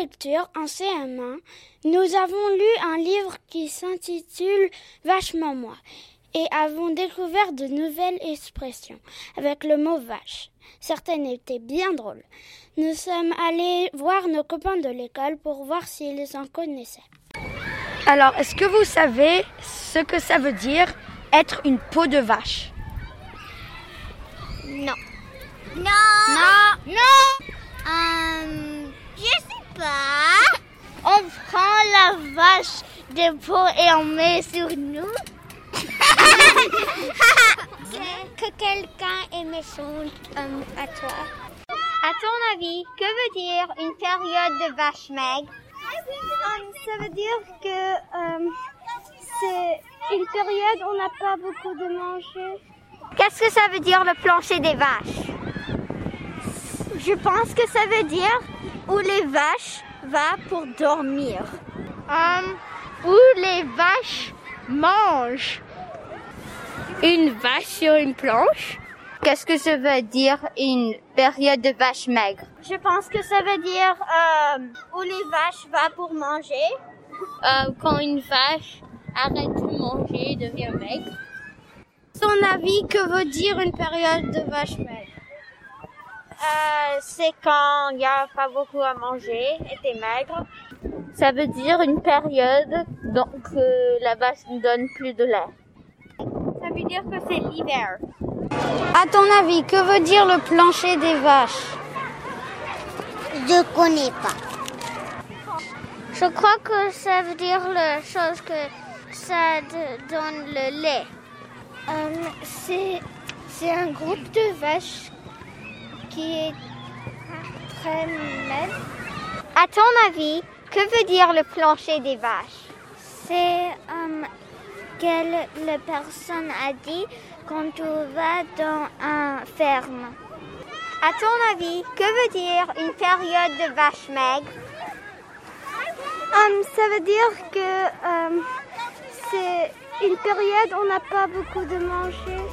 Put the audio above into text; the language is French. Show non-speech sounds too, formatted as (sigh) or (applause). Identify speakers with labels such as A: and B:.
A: lecture en CM1, nous avons lu un livre qui s'intitule Vachement moi et avons découvert de nouvelles expressions avec le mot vache. Certaines étaient bien drôles. Nous sommes allés voir nos copains de l'école pour voir s'ils en connaissaient.
B: Alors, est-ce que vous savez ce que ça veut dire être une peau de vache
C: Non.
D: Non.
C: Non.
D: Non. Euh, je sais pas.
C: (laughs) On prend la vache de peau et on met sur nous.
D: (laughs) que quelqu'un est méchant euh, à toi.
E: À ton avis, que veut dire une période de vache maigre
D: Ah
F: um, Ça veut dire que euh, c'est une période où on n'a pas beaucoup de manger.
E: Qu'est-ce que ça veut dire le plancher des vaches
G: Je pense que ça veut dire où les vaches vont pour dormir.
E: Hum,
H: Um, où les vaches mangent
I: une vache sur une planche.
E: Qu'est-ce que ça veut dire une période de vache maigre
G: Je pense que ça veut dire euh, où les vaches vont pour manger.
J: Euh, quand une vache arrête de manger et devient maigre.
K: Son avis, que veut dire une période de vache maigre
L: euh, C'est quand il n'y a pas beaucoup à manger et t'es maigre.
M: Ça veut dire une période donc que la vache ne donne plus de lait.
N: Ça veut dire que c'est l'hiver.
B: À ton avis, que veut dire le plancher des vaches
D: Je connais pas.
O: Je crois que ça veut dire la chose que ça donne le lait.
P: Um, c'est, c'est un groupe de vaches qui est très maigre.
E: À ton avis, que veut dire le plancher des vaches
P: C'est um, que la personne a dit quand on va dans un ferme.
E: À ton avis, que veut dire une période de vache maigre
F: um, Ça veut dire hum, que um, c'est une période où on n'a pas beaucoup de manger.